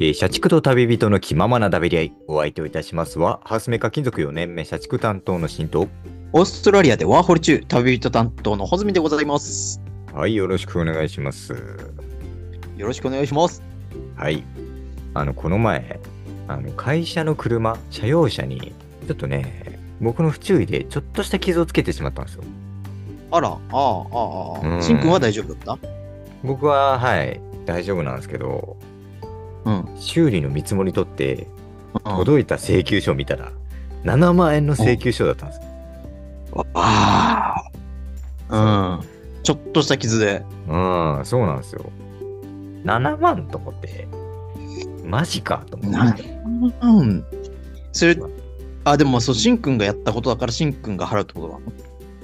えー社畜と旅人の気ままなだべり合い、お相手をいたしますは、ハウスメーカー金属4年目社畜担当の新藤。オーストラリアでワーホリ中、旅人担当のホズミでございます。はい、よろしくお願いします。よろしくお願いします。はい。あの、この前、あの会社の車、車用車に、ちょっとね、僕の不注意でちょっとした傷をつけてしまったんですよ。あら、ああ、あああうんあ、しんくんは大丈夫だっ僕は、はい、大丈夫なんですけど、たうん。修理の見積もり取って、うん届いた請求書を見たら、7万円の請求書だったんですよ。ああ。うん。ちょっとした傷で。うん、そうなんですよ。7万と思って、マジかと思なって。うん。それ、あ、でもそう、しんくんがやったことだから、しんくんが払うってことだ。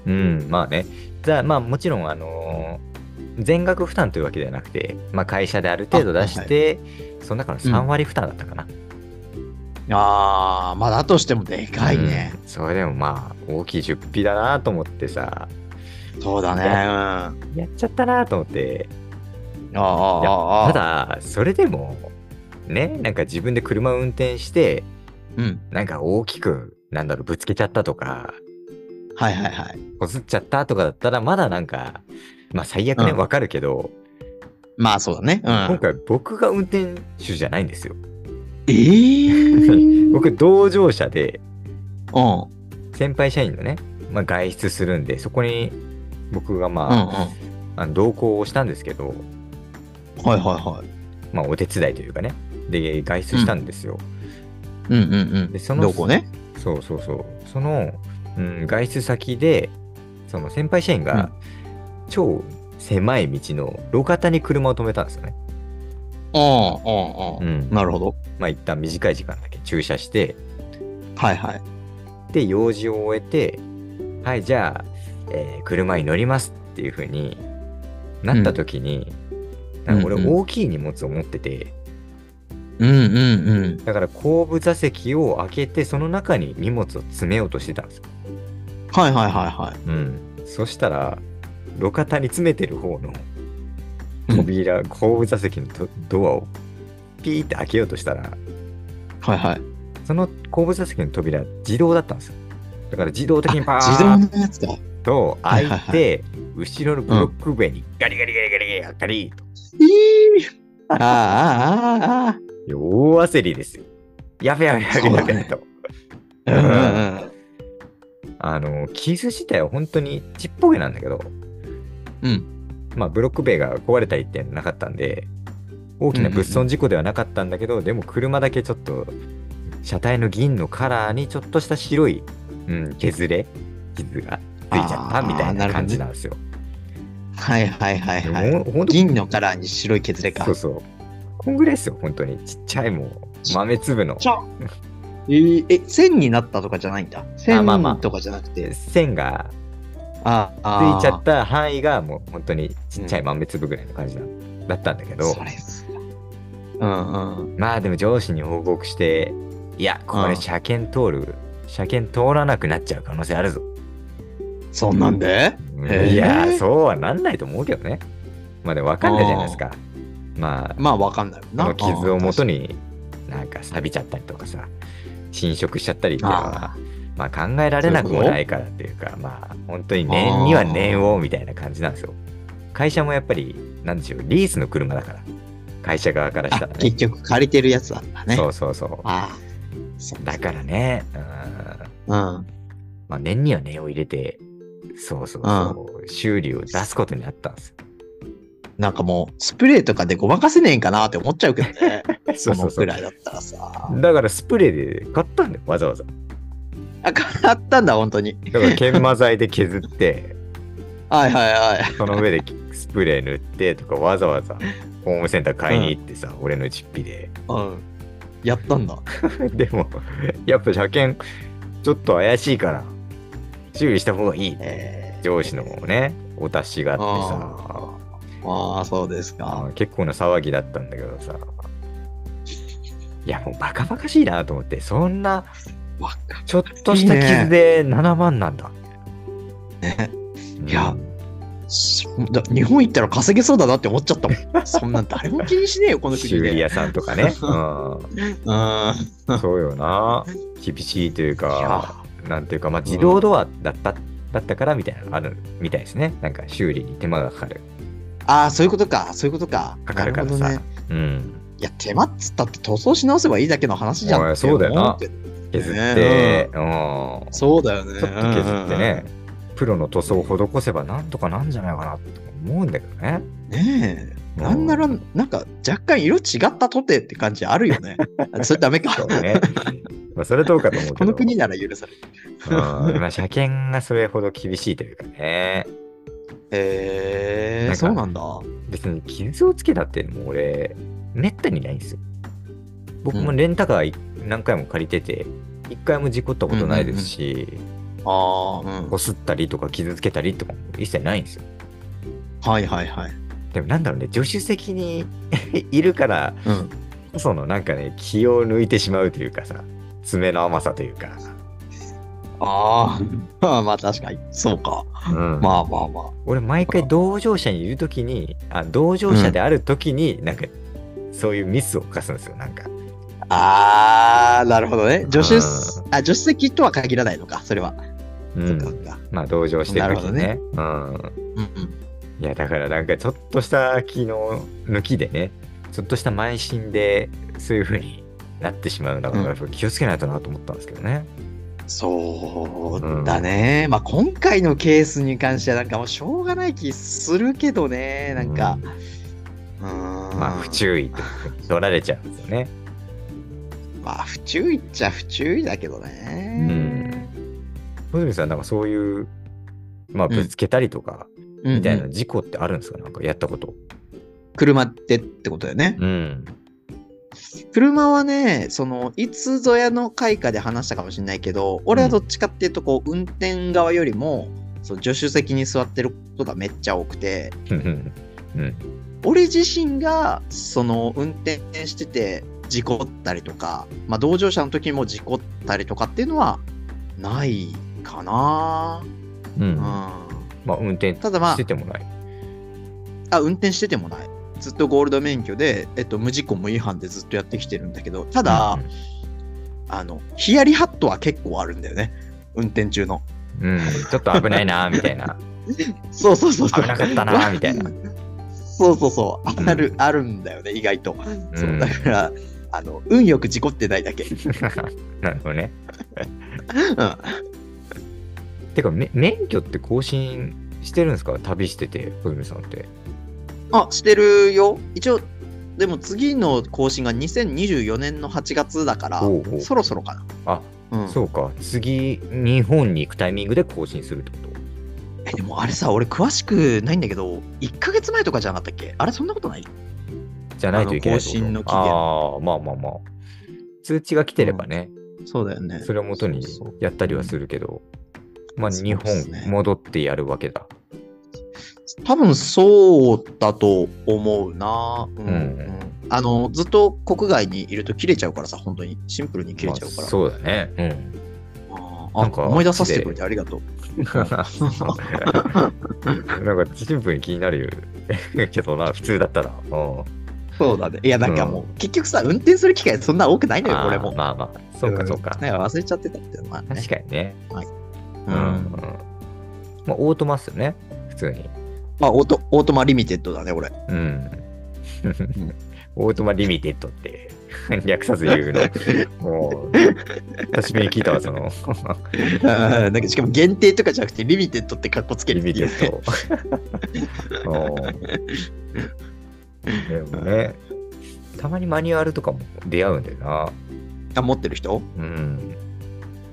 うん、まあね。じゃあ、まあもちろん、あのー全額負担というわけではなくて、まあ会社である程度出して、その中の3割負担だったかな。ああ、まあだとしてもでかいね。うん。それでもまあ、大きい出費だなと思ってさ、そうだね。うん。あやっちゃったなと思って、あ、ああ、あたあ。だ、それでも、ね、なんか自分で車を運転して、うん。なんか大きく、なんだろう、ぶつけちゃったとか、はいはいはい。こすっちゃったとかだったら、まだなんか、まあ最悪ね、うんわかるけど、まあそうだね。う今ん。回僕が運転手じゃないんですよ。えー 僕、同乗者で、うん。先輩社員のね、まあ外出するんで、そこに僕がうんうん。まあ、はあの同行をしたんですけど、いはいはい。まあお手伝いというかね、で、外出したんですよ。うんうんうん。でそのどこね。そうそうそう。その、うん、外出先で、その先輩社員が、超狭い道の路肩に車を止めたんですよね。うんうんううんん。。なるほど。まあ一旦短い時間だけ駐車して、はいはい。で、用事を終えて、はい、じゃあ、えー車に乗りますっていう風になった時に、なんか俺うんうん大きい荷物を持ってて、うんうんうん。だから後部座席を開けて、その中に荷物を詰めようとしてたんですよ。はいはいはいはい。うん。そしたら、路肩に詰めてる方の扉、後部座席のドドアをピーって開けようとしたら、はいはい。その後部座席の扉、自動だったんですよ。だから自動的にパー自動のや つだ。ッと開いはいはて、後ろのブロック塀にガリガリガリガリガリガリと。いいあああああいや大焦りですよ。やべやべやべやべやべと。あ。うんうんあの、傷自体は本当にちっぽけなんだけど、うん。まあ、ブロック塀が壊れたりってなかったんで、大きな物損事故ではなかったんだけど、でも車だけちょっと、車体の銀のカラーにちょっとした白い、うん、削れ、傷がついちゃったみたいな感じなんですよ。はいはいはいはい。ほんほんと銀のカラーに白い削れかそう。そう。こんぐらいですよ、本当に。ちっちゃいもう、豆粒のちゃえーえ、線になったとかじゃないんだ。線まあまあとかじゃなくて。線がああつああ。いちゃった範囲がもう本当にちっちゃい豆粒ぐらいの感じだ,、だったんだけど、それすうんうん。まあでも上司に報告して、いや、これ車検通る、車検通らなくなっちゃう可能性あるぞ。そんなんでへえいや、そうはなんないと思うけどね。まあでもわかんないじゃないですか。まあ、まあわかんないこのな。傷を元に。になんか錆びちゃったりとかさ、侵食しちゃったりっていうのはあ、まあ考えられなくもないからっていうか、まあ本当に念には念をみたいな感じなんですよ。会社もやっぱり、なんでしょう、リースの車だから、会社側からしたらあね結。局借りてるやつだったね。そうそうそう。ああ。そうだからね、うん、うん。まあ念には念を入れて、そうそうそう、修理を出すことになったんですよ。なんかもう、スプレーとかでごまかせねえんかなって思っちゃうけど ね。そのくらいだったらさ。だからスプレーで買ったんだよ、わざわざ。あ、買ったんだ、本当に。だから研磨剤で削って、 はいはいはい。その上でスプレー塗ってとかわざわざホームセンター買いに行ってさ、俺の実費で。うん。やったんだ。 でも、やっぱ車検ちょっと怪しいから注意した方がいいってえ上司のね、お達しがーあっあーあー、そうですてか。さ、結構な騒ぎだったんだけどさ。いやもうバカバカしいなと思って、そんなわかちょっとした傷で7万なんだ。ね。うんいやそだ日本行ったら稼げそうだなって思っちゃったもん。そんなん誰も気にしねえよ、この国 修理で。屋さんとかね。 ううんん、そうよな。厳しいといういやか、なんていうか、まあ、自動ドアだった、だったからみたいなのあるみたいですね。なんか修理に手間がかかる。ああ、そういうことか、そういうことか。かかるからなほさ。どね、うん。いや、手間っつったって塗装し直せばいいだけの話じゃおん。いそうだよな思ってる削って、うん。ちそうだよね。ょっと削ってね、プロの塗装を施せばなんとかなんじゃないかなと思うんだけどね。うんうんうん。ねえ。なんなら、なんか若干色違ったとてって感じあるよ ね。それダメそかう。ね。まあ、それどうかと思うけど。この国なら許される。うんまあ、車検がそれほど厳しいというかね。へなえ、んかそうなんだ。別に傷をつけたってもう俺、めったにないんですよ。僕もうんレンタカーい何回も借りてて、一回も事故ったことないですし、ああ、うん。こすったりとか傷つけたりとかも一切ないんですよ。はいはいはい。でもなんだろうね、助手席に いるから、うん。そのなんかね、気を抜いてしまうというかさ、爪の甘さというか。ああ、 まあ確かに。そうか。うんまあまあまあ。俺毎回同乗者にいるときにあ同乗者であるときになんか、そういうミスを犯すんですよなんかあー、なるほどね。助手う、あ、助手席とは限らないのか、それは。うそっかそんっか。まあ同乗してるときにねなうんうんうん。いやだからなんかちょっとした気の抜きでねちょっとした慢心でそういう風になってしまうのが、うんやっぱ気をつけないとなと思ったんですけどねそうだね。まあ今回のケースに関しては、なんかもうしょうがない気するけどね、なんか。ううーん。まあ不注意と取られちゃうんですよねまあ不注意っちゃ不注意だけどね。小泉さんなんかそういうまあうんぶつけたりとかうんうんみたいな事故ってあるんですか、なんかやったこと車でってことだよね。うん車はね、その、いつぞやの開花で話したかもしれないけど、俺はどっちかっていうと、こう、運転側よりも、その助手席に座ってることがめっちゃ多くて、うん俺自身が、その、運転してて、事故ったりとか、まあ、同乗者の時も事故ったりとかっていうのは、ないかな、ううんん、まあ運転ただましあて、てもない。あ、運転しててもない。ずっとゴールド免許で、えっと、無事故無違反でずっとやってきてるんだけど、ただ、あの、ヒヤリハットは結構あるんだよね。運転中の。うん、うんちょっと危ないな、みたいな。 そうそうそうそう。危なかった な、みたいな。そうそうそう。うんある、あるんだよね、意外と。そううんだから、あの、運よく事故ってないだけ。 なるほどね。うんてか、め免許って更新してるんですか旅してて、小泉さんって。あ、してるよ。一応、でも次の更新が2024年の8月だからおうお、うそろそろかあ、な。うん。そうか。次、日本に行くタイミングで更新するってことえ、でもあれさ、俺詳しくないんだけど、1ヶ月前とかじゃなかったっけあれ、そんなことないじゃないといけないってこと。あの更新の期限ああ、まあまあまあ。通知が来てればね、そうだよねそれをもとにそうそうやったりはするけど、まあ、そう日で本すね戻ってやるわけだ。多分そうだと思うな、うんうんあのずっと国外にいると切れちゃうからさ本当にシンプルに切れちゃうかまあら、そうだね。うん。あーなんか思い出させてくれてありがとうなん かシンプルに気になるよ けどな、普通だったら。うんそうだねいやなんかもう、結局さ運転する機会そんな多くないのよ俺もあーまあまあ、そうかそうか。なん忘れちゃってたっていうのはね確かにね。ううんん。まあ、オートマっすよね、普通に。まあオートオートマリミテッドだね 俺うん。 オートマリミテッドって 略さず言うの。もう、 久しぶりに聞いたわ、その、なんかしかも限定とかじゃなくてリミテッドってカッコつけるリってミいテうッ ド。うんでもね、たまにマニュアルとかも出会うんだよな。あ持ってる人うん。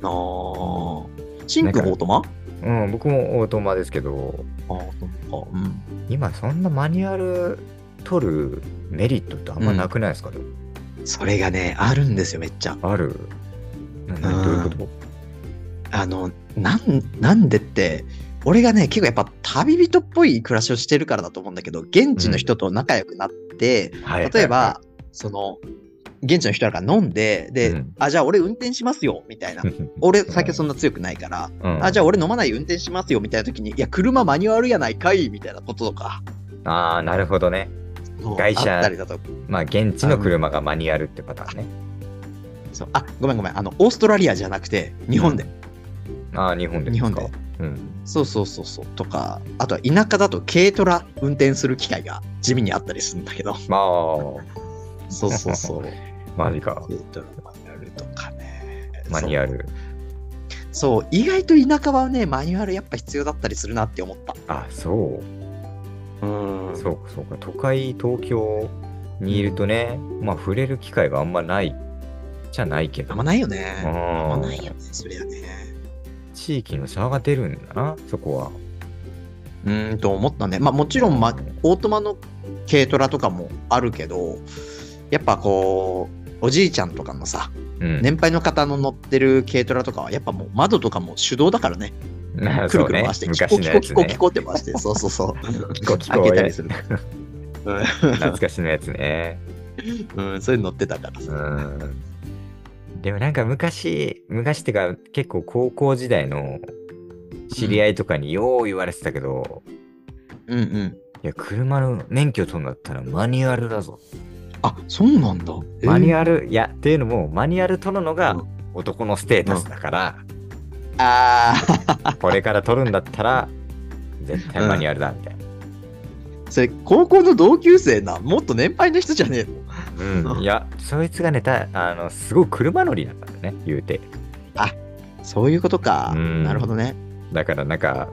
あーシンクもオートマうん、僕もオートマですけど、あーそうかうん今そんなマニュアル取るメリットってあんまなくないですか、でもそれがね、あるんですよ、めっちゃ。あるななどういうことあの、なん、なんでって、俺がね、結構やっぱ旅人っぽい暮らしをしてるからだと思うんだけど、現地の人と仲良くなって、は例えば、その、現地の人だから飲んで、で、うんあ、じゃあ俺運転しますよ、みたいな。俺、酒そんな強くないから、うんあ、じゃあ俺飲まない運転しますよ、みたいな時に、いや、車マニュアルやないかい、みたいなこととか、あーなるほどね。そう外車あったりだとか。まあ、現地の車がマニュアルってパターンね。そうあ、ごめんごめん。あの、オーストラリアじゃなくて、日本で。ああ、日本で日です本かで。。うん。そうそうそうそう。とか、あとは田舎だと軽トラ運転する機会が地味にあったりするんだけど。まあ、そうそう そう。マジか。軽トラマニュアルとかね。マニュアル。そう。そう、意外と田舎はね、マニュアルやっぱ必要だったりするなって思った。あ、そう。うんそうか、そうか。都会、東京にいるとね、まあ、触れる機会があんまないじゃないけあど。んまないよね。うんあんまないよね、そりゃね。地域の差が出るんだな、そこは。うーんと思ったね。まあもちろん、ま、オートマの軽トラとかもあるけど、やっぱこう、おじいちゃんとかのさ、うん。年配の方の乗ってる軽トラとかは、やっぱもう窓とかも手動だからね。な くそるうくるね回して、キコ昔キのコやキつコね。キコって回して、そうそう そう。キコキコ開けたりする。懐かしのやつね。うん、そういうの乗ってたからうさ。ん。でもなんか昔、昔ってか結構高校時代の知り合いとかによう言われてたけど、うんうん。いや、車の免許取るんだったらマニュアルだぞ。あ、そうなんだ。マニュアアル、いや、っていうのも、マニュアル取るのがうん男のステータスだから、ああ、これから取るんだったら、絶対マニュアルだ、みたいな。それ、高校の同級生な、もっと年配の人じゃねえのうん、いや、そいつがね、たあのすごい車乗りなんだよね、言うて。そういうことか。うんなるほどね。だからなんか、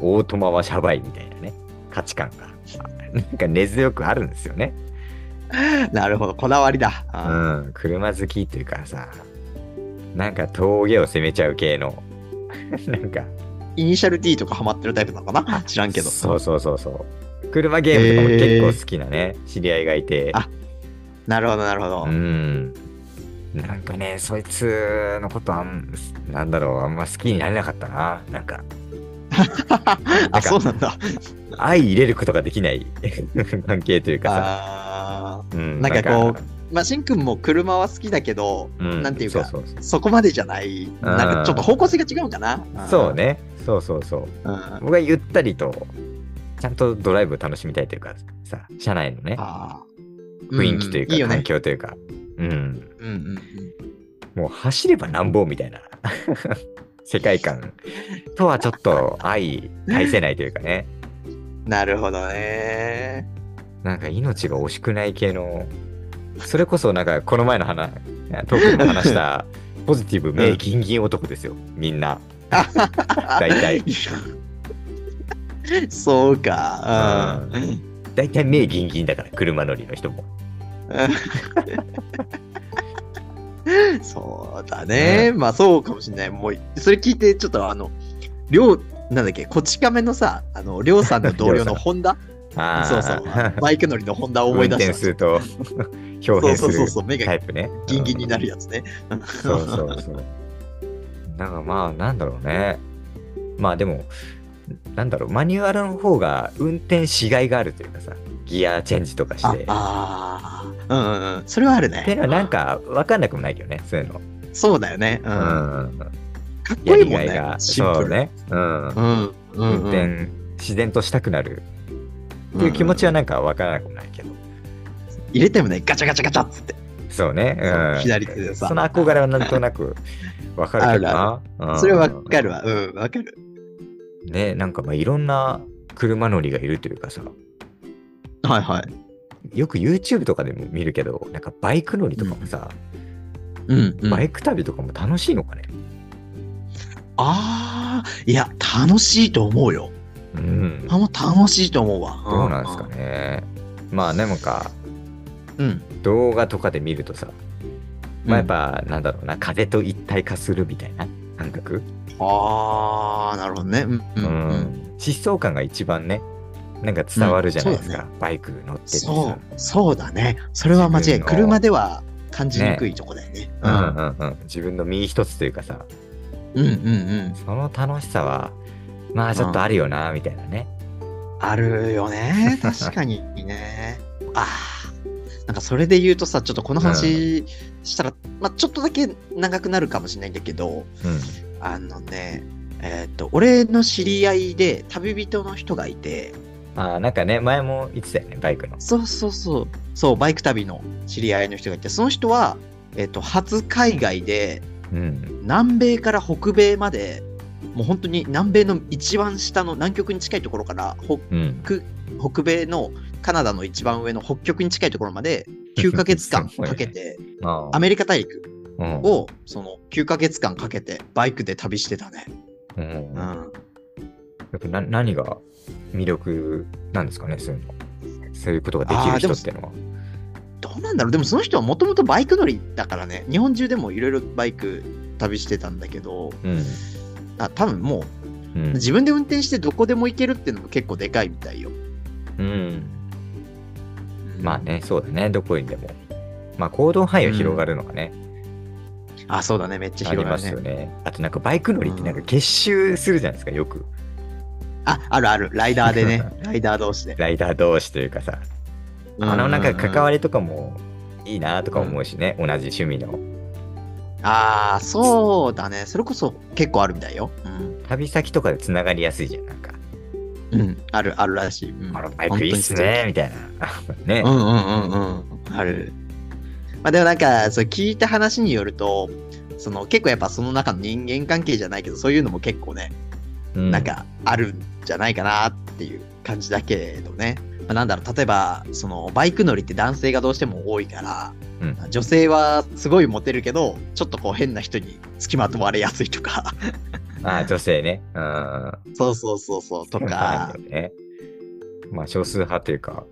オートマはシャバいみたいなね、価値観が。 なんか根強くあるんですよね。なるほど、こだわりだ。うあん、車好きというかさ、なんか峠を攻めちゃう系の、 なんか、ーイニシャル D とかハマってるタイプなのかな知らんけど。そうそうそうそう。車ゲームとかも結構好きなね、知り合いがいて。あなるほど、なるほどう。ん。なんかね、そいつのことあん、なんだろう、あんま好きになれなかったな。なんか、 あ、そうなんだ。愛入れることができない 関係というかさ。あうなんかこーまあ、しんくんも車は好きだけど、うんなんていうかそうそうそこまでじゃない。なんかちょっと方向性が違うんかな。そんうそう。ねそうそうそううんあ僕はゆったりとちゃんとドライブを楽しみたいというかさ車内のねあ。雰囲気というか、んいいよ環ね。境というかうんうんうんうん。もう走ればなんぼみたいな 世界観とはちょっと相対せないというかねなるほどね。 なんか命が惜しくない系のそれこそなんかこの前の話トークでも話 したポジティブ名ギンギン男ですよみんな大体そうか。うん大体目ギンギンだから車乗りの人もそうだね。まあそうかもしれない。もう、それ聞いて、ちょっとあの、りょう、なんだっけ、こち亀のさ、あの、りょうさんの同僚りょのうさんホンダあーそうそう。 バイク乗りのホンダを思い出運し転た。すると表そう現すそうそうるそう、目タがイプね。ギンギンになるやつね。そうそうそう。なんかまあなんだろうね。まあでも、なんだろう、マニュアルの方が運転しがいがあるというかさ、ギアチェンジとかしあて。っあー、うんうんうん。それはあるね。ていうのはなんか分かんなくもないよね、そういうの。そうだよね。うん。かうん。っこやいいりもんがいねが、。シンプそうル。ね。うん。うん。うん運うん転、自然としたくなるっていう気持ちはなんか分からなくもないけど。入れてもね、ガチャガチャガチャっつって。そうね。そううん、左手でさその憧れはなんとな くわかるけどな。うんそれはわかるわ。うん、わかる。ね、なんかまあいろんな車乗りがいるというかさ、はいはい。よく YouTube とかでも見るけど、なんかバイク乗りとかもさ、うん、うん。バイク旅とかも楽しいのかね。ああ、いや、楽しいと思うよ。うん。あもう楽しいと思うわ。どうなんですかね。まあでもか、うん。動画とかで見るとさ、まあやっぱ。ぱなんだろうな、風と一体化するみたいな感覚。ああ、なるほどね。うん。ううんうん、ん。疾走感が一番ね、なんか伝わるじゃないですうんか、そうバイク乗っててさ。そう、そうだね。それは間違い。自分の車では感じにくいとこだよね。うんうんうん、自分の身一つというかさうん。うんうんうん。その楽しさはまあちょっとあるよなみたいなね、あるよね。確かにね。ああ。なんかそれで言うとさ、ちょっとこの話したら、まあちょっとだけ長くなるかもしれないんだけど、あのね、えっ、と、俺の知り合いで旅人の人がいて、うん、ああ、なんかね、前も言ってたよね、バイクの。そうそうそう、そう、バイク旅の知り合いの人がいて、その人は、えっ、と、初海外で、うん。南米から北米まで、もう本当に南米の一番下の南極に近いところから北うん。北米のカナダの一番上の北極に近いところまで9ヶ月間すごいねかけてあアメリカ大陸あ、をその9ヶ月間かけてバイクで旅してたね。うん。うん。うやん、っぱな何が魅力なんですかね、そういうの。そういうことができる人ってのは。どうなんだろうでもその人はもともとバイク乗りだからね日本中でもいろいろバイク旅してたんだけどうん。あ多分もう。うん自分で運転してどこでも行けるっていうのも結構でかいみたいよ。うん。まあね、そうだね、どこにでも。まあ、行動範囲が広がるのがね、あそうだねめっちゃあり広まがるすねよ。ね。あと、なんかバイク乗りってなんか結集するじゃないですか、よく。ああるあるライダーでねライダー同士で。ライダー同士というかさ、あのなんか関わりりとかもいいなとか思うしね、同じ趣味の。ああそうだねそれこそ結構あるみたいよ。うん旅先とかでつながりやすいじゃん、なんか。うん、ある、あるらしい。うん、あのバイクいいっすね、みたいな。 ね本当。にそう。うんうんうんうん。ある。まあでもなんか、そう聞いた話によると、その結構やっぱその中の人間関係じゃないけど、そういうのも結構ね、うんなん、かあるんじゃないかなっていう感じだけれどね。まあ、なんだろう、例えば、そのバイク乗りって男性がどうしても多いから、うん女性はすごいモテるけど、ちょっとこう変な人に付きまとわれやすいとか、あ女性ね。うん。そうそうそうそ う、とかな、んだよね。まあ、少数派というか、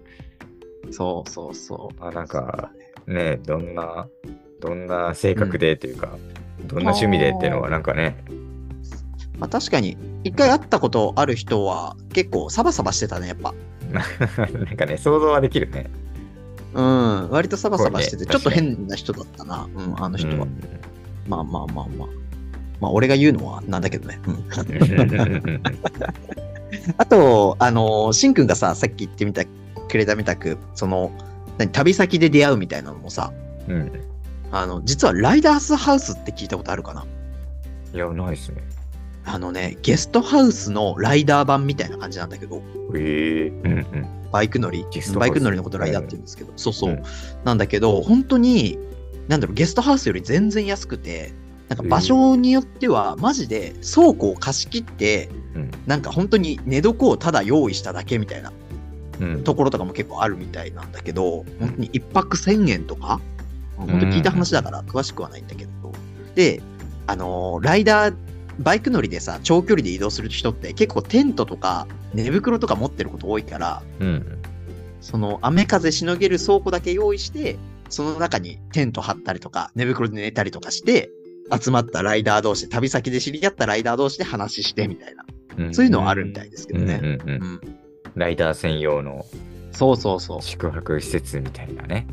そうそうそう。あなんか、ね、どんな、どんな性格でというか、どんな趣味でっていうのは、なんかね、 まあ、確かに、一回会ったことある人は、結構サバサバしてたね、やっぱ。なんかね、想像はできるね。うん、割とサバサバしてそて、うねちょっと変な人だったな、うん、あの人は。うんまあまあまあまあ。まあ、俺が言うのはなんだけどね。 うんあと、あの、しんくんがさ、さっき言ってみたくれたみたく、その、何旅先で出会うみたいなのもさ、うん。あの、実はライダースハウスって聞いたことあるかないや、ないっすね。あのね、ゲストハウスのライダー版みたいな感じなんだけど、ええうんうん。バイク乗りゲストハウスバイク乗りのことライダーって言うんですけど、そうそう、うんなんだけど本当になんだろうゲストハウスより全然安くてなんか場所によってはマジで倉庫を貸し切って、うんなんか本当に寝床をただ用意しただけみたいなうん、ところとかも結構あるみたいなんだけど本当に1泊1000円とか、本当聞いた話だから詳しくはないんだけど、であのーライダーバイク乗りでさ長距離で移動する人って結構テントとか寝袋とか持ってること多いからうん。その雨風しのげる倉庫だけ用意して、その中にテント張ったりとか、寝袋で寝たりとかして、集まったライダー同士、旅先で知り合ったライダー同士で話してみたいな、うんそういうのはあるみたいですけどうね。んうんうんうんライダー専用のそうそうそう。宿泊施設みたいなね。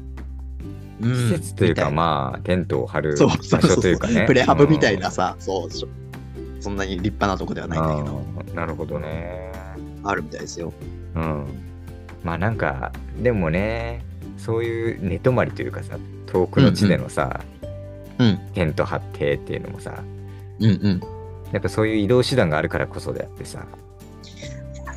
うん施設というか、みまあ、テントを張たいるなそう場そうそう所とそいううかね。プレハブみたいなささ、そうそう。そんなに立派なとこではないんだけど、なるほどね。あるみたいですよ。うん。まあなんか、でもね、そういう寝泊まりというかさ、遠くの地でのさ、うん、テント張ってっていうのもさ、うん、うん。やっぱそういう移動手段があるからこそであってさ、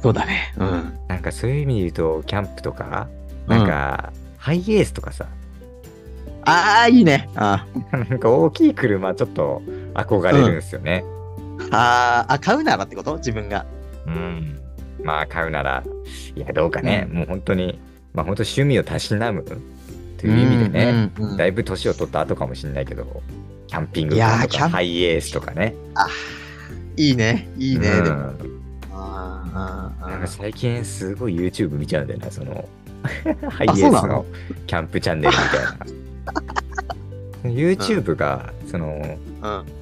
そうだね。うん。なんかそういう意味で言うと、キャンプとか、なんか、ハイエースとかさ、 ああ、いいね。あなんか大きい車ちょっと憧れるんですよね。ーあー、あ、買うならってこと自分が。うん。まあ買うなら、いやどうかね、もう本当に、まあ本当趣味をたしなむという意味でね、うんうんうんだいぶ年を取った後かもしれないけど、キャンピングいカやーーとキかャンハイエースとかね。いいね。いいね。でもうんあーあーなんあかー最近すごい YouTube 見ちゃうんだよな、その、 ハイエーそうなスののキャンプチャンネルみたいな。YouTube が、その、うん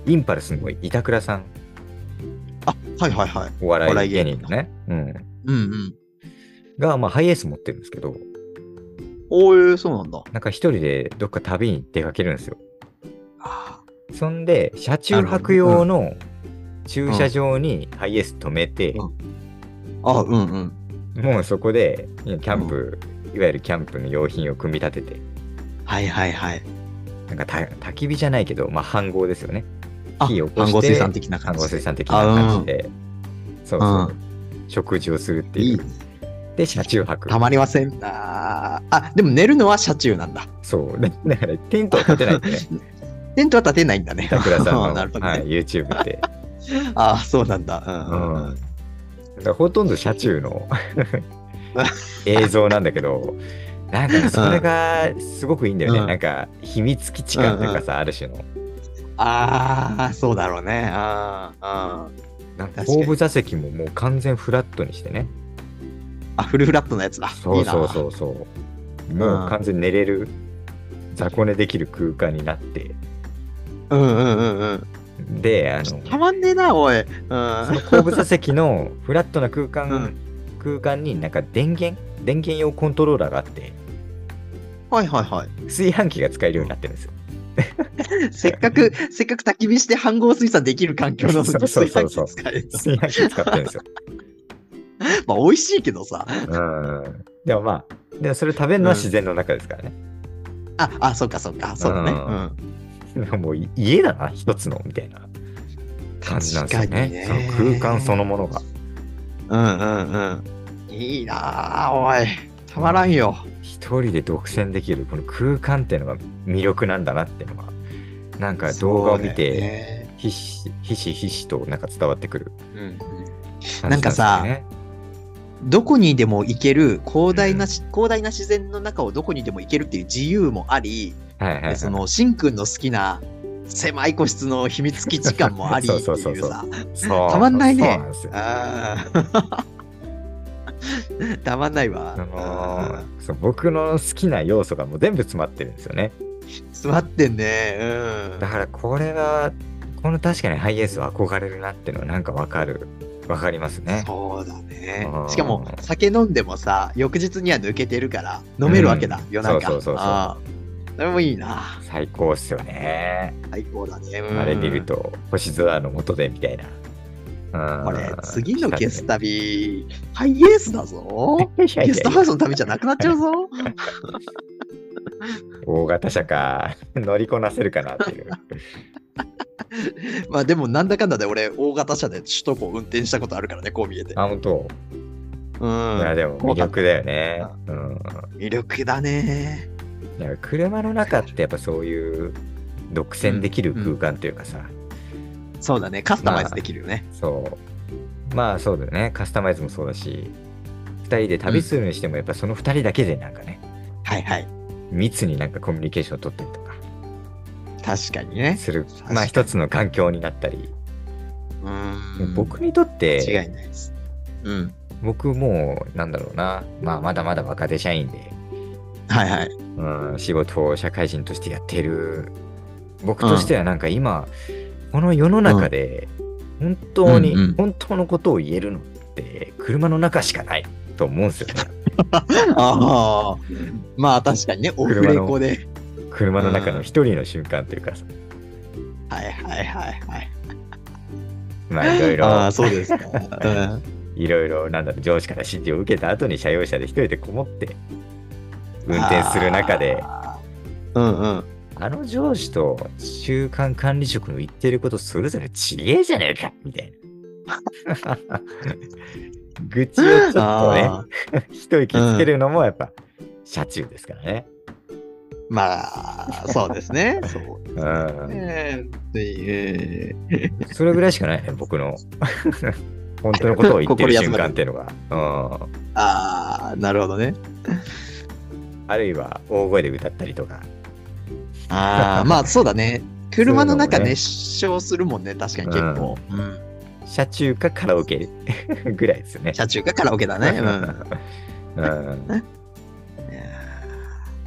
インパルスの板倉さん、あ、はいはいはい。お笑お笑いい芸芸人人のね、うん、うんうん。が、まあ、ハイエース持ってるんですけど、おー、そうなんだ。なんか一人でどっか旅に出かけるんですよ。あそんで、車中泊用の駐車場にハイエース止めて、あ、うんうん。もうそこで、キャンプ、いわゆるキャンプの用品を組み立てて、はいはいはい。なんかた焚き火じゃないけど、まあ、飯盒ですよね。あ、火を起こして暗号水産的な飯感盒じ水で。産的な感じで、そうそう、う食事をするっていい。いうねで、車中泊。たまりません。あーあ、でも寝るのは車中なんだ。そう。 だだから、テントは立てないんでね、 テントは立てないんだ ね。田倉さんの、 なるほどねはい、YouTube って。ああ、そうなんだ。 うんうんうんうんだからほとんど車中 の映像なんだけど、なんかねそれがすごくいいんだよね。うんなんか秘密基地感というかさ、ある種の。ああ、そうだろうね。あーあーなんか確かに後部座席ももう完全フラットにしてね。あ、フルフラットのやつだ。。そうそうそううそう。もう完全に寝れる、雑魚寝できる空間になって。いいなうんうんうんうん。で、あの、たまんねえな、おい。うん。その後部座席のフラットな空間、うん空間になんか電源、電源用コントローラーがあって、はいはいはい。炊飯器が使えるようになってるんですよ。せっかく、せっかく焚き火して飯合水産できる環境なのにそうそう炊そうそ飯う器使える。炊飯器使ってるんですよ。 まあ、美味しいけどさ。うん。でもまあ、でもそれ食べるのは自然の中ですからね。あ、あ、そうかそうか。そうだね。うんうん。なんかもうい家だな、一つの、みたいな感じなんですよ確かね。にねその空間そのものが。うんうんうん。いいなあ、おい。たまらんよ。一人で独占できる、この空間っていうのが魅力なんだなっていうのが、なんか動画を見そうだよて、ねひしひしひしとなんか伝わってくるうん感じなんかさですよねどこにでも行ける広大なし、広大な自然の中をどこにでも行けるっていう自由もあり、はいはいはい、そのしんくんの好きな狭い個室の秘密基地感もありって そうそうそうそいううさそうたまんないねそうなんですよあー たまんないわ、あのーそう僕の好きな要素がもう全部詰まってるんですよね。うん座ってんねうんだからこれは、この確かにハイエースは憧れるなっていうのはなんかわかる、わかりますね。そうだねうんしかも酒飲んでもさ翌日には抜けてるから飲めるわけだ、うん夜そ中うそうそうそうあーそれもいいな最高っすよね。最高だね、うんあれ見ると、星空の下でみたいな。これ次のゲスト。旅ハイエースだぞいやい ゲやスいトやハウスの旅じゃなくなっちゃうぞ大型車か、乗りこなせるかなっていう。まあでもなんだかんだで俺大型車で首都高運転したこと あるからねこう見えてあ、本当。うんいや、でも魅力だよね。うん。魅力だねだから車の中ってやっぱそういう独占できる空間というかさ、そうだねカスタマイズできるよね、そうまあそうだよねカスタマイズもそうだし2人で旅するにしてもやっぱその2人だけでなんかねはいはい密になんかコミュニケーションを取ったりとか確かにねする確かにまあ一つの環境になったりうん僕にとっ違いなていですうん僕もうなんだろうなまあまだまだ若手社員で、はいはいうん、仕事を社会人としてやってる僕としてはなんか今、この世の中で本当に、うんうん本当のことを言えるのって車の中しかないと思うんですよね。ああ まあ確 かにねオフレコで車の中の一人の瞬間というかさ、はいはいはいはいまあいろいあろあ、そうですか、 うんいろいろ、なんだろう、上司から指示を受けた後に社用車で一人でこもって、運転する中で、ああーうんうんの上司と中間管理職の言ってることそれぞれちげえじゃねえかみたい な。愚痴をちょあっとね、一息つけるのもやっぱ、車中ですからね。ーまあそうで すねそうですうん。ねっていうそれぐらいしかないね、僕の。 本当のことを言ってる瞬間っていうのが。うん。ああなるほどねあるいは大声で歌ったりとか。ああ、 まあそうだね。車の中そういうのもね熱唱するもんね、確かに結構。うん。車中かカラオケ ぐらいですよね。車中かカラオケだね。うん。うん。 うんいやー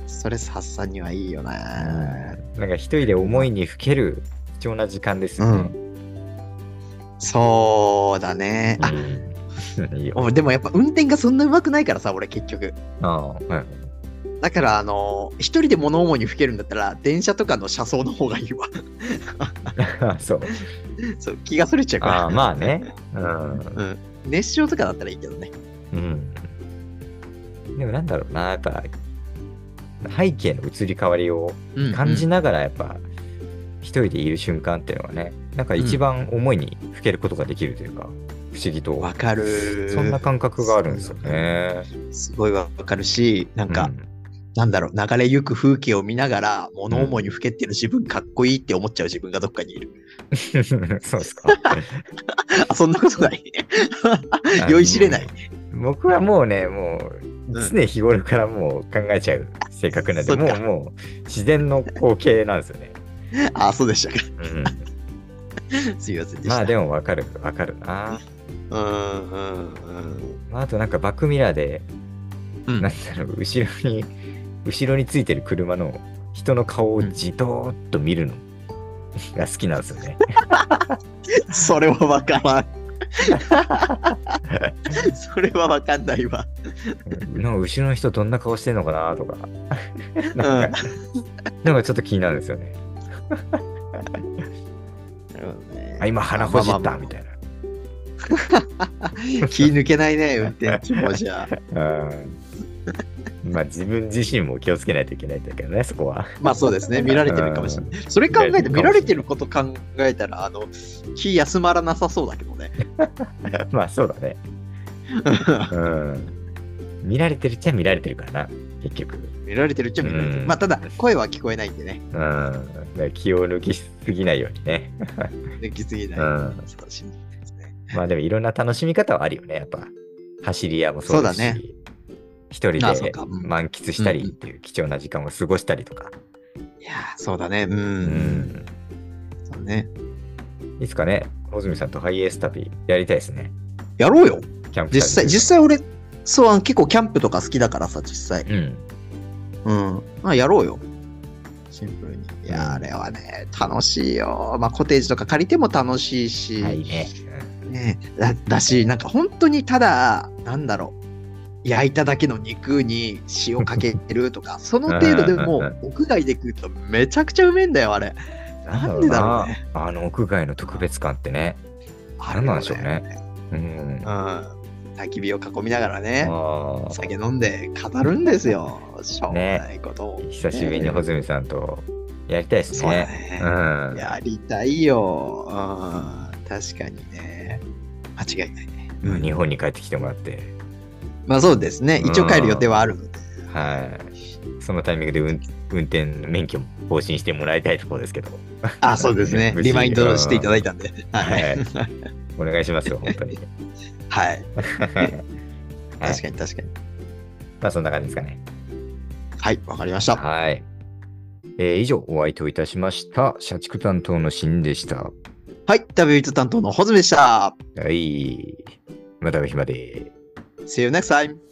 ストレス発散にはいいよな。なんか一人で思いにふける貴重な時間ですよね。そうだね。あ、うんいいよ。おでもやっぱ運転がそんな上手くないからさ、俺結局。ああうんだから、あのー一人で物思いにふけるんだったら、電車とかの車窓の方がいいわ。 そう。そう、気がそれちゃうから。ああ、まあね。うん。うん。熱唱とかだったらいいけどね。うん。でもなんだろうな、やっぱ、背景の移り変わりを感じながらやっぱ、一人でいる瞬間っていうのはねなんか一番思いにふけることができるというか、不思議とわかる。そんな感覚があるんですよね。すごいわかるし、なんか、うんなんだろう、流れゆく風景を見ながら、物思いにふけってる自分かっこいいって思っちゃう自分がどっかにいる。そうですか。あ、そんなことない。 酔いしれない。あの。僕はもうね、もううん常日頃からもう考え ちゃう性格なんで、そっもかうもう自然の光景なんですよね。 あ、そうでしたか。 うん、すいませ んでした。まあでもわかる、わかるな。うんうんうんまあ、あとなんかバックミラーで、うんなんだろう、後ろに、後ろについてる車の人の顔をじとーっと見るのが好きなんですよ ね。それはわ からん。それはわかんないわ。なんか後ろの人どんな顔してんのかなと か、なんか、なんかちょっと気になるんですよね。あ、今鼻ほじったみたいな。 気抜けないね、運転中もじ ゃうあ。んまあ自分自身も気をつけないといけないんだけどね、そこは。まあそうですね、見られてるかもしれない。それ考えて、見られてること考えたら、あの、気休まらなさそうだけどね。まあそうだね。うん。見られてるっちゃ見られてるからな、結局。見られてるっちゃ見られてうる。んまあただ、声は聞こえないんでねう、ん。だから気を抜きすぎないようにね。抜きすぎない。うん素晴らしいですねまあでもいろんな楽しみ方はあるよね、やっぱ。走り屋もそうだし。そうだね一人であそうかうん満喫したりっていう貴重な時間を過ごしたりとか。いやーそうだね。うん。うん。そうね。いつかね、穂積さんとハイエース旅やりたいですね。やろうよ。キャンプ旅実際、実際俺、そう、あの結構キャンプとか好きだからさ、実際。うん。うん。まあ、やろうよ。シンプルに。いやー、あれはね、楽しいよ。まあ、コテージとか借りても楽しいし、はいね。ねだだし、なんか本当にただ、なんだろう。焼いただけの肉に塩かける とか、その程度でうんうんも、屋外で食うとめちゃくちゃうめえんだよ、あれ。なんでだろうね。なあの屋外の特別感ってね。あなんれなんでしょうね。うん。うん。あ焚き火を囲みながらね、ー酒飲んで語るんですよ。しょうがないことを。久しぶりに穂積さんとやりたいですそうだね。ねう。ん。やりたいよ。うん、確かにね。間違いないね。う日ん、本に帰ってきてもらって、まあそうですね。一応帰る予定はあるので。はい。そのタイミングで運運転免許も更新してもらいたいところですけど。あ、そうですね。無事リマインドしていただいたんで。はい。はい。お願いしますよ、本当に。 はい。はい確かに確かに。まあそんな感じですかね。はい、わかりました。はい。えー以上、お相手をいたしました。社畜担当のシンでした。はい、旅人担当のホズミでした。はい。またお暇で。 See you next time!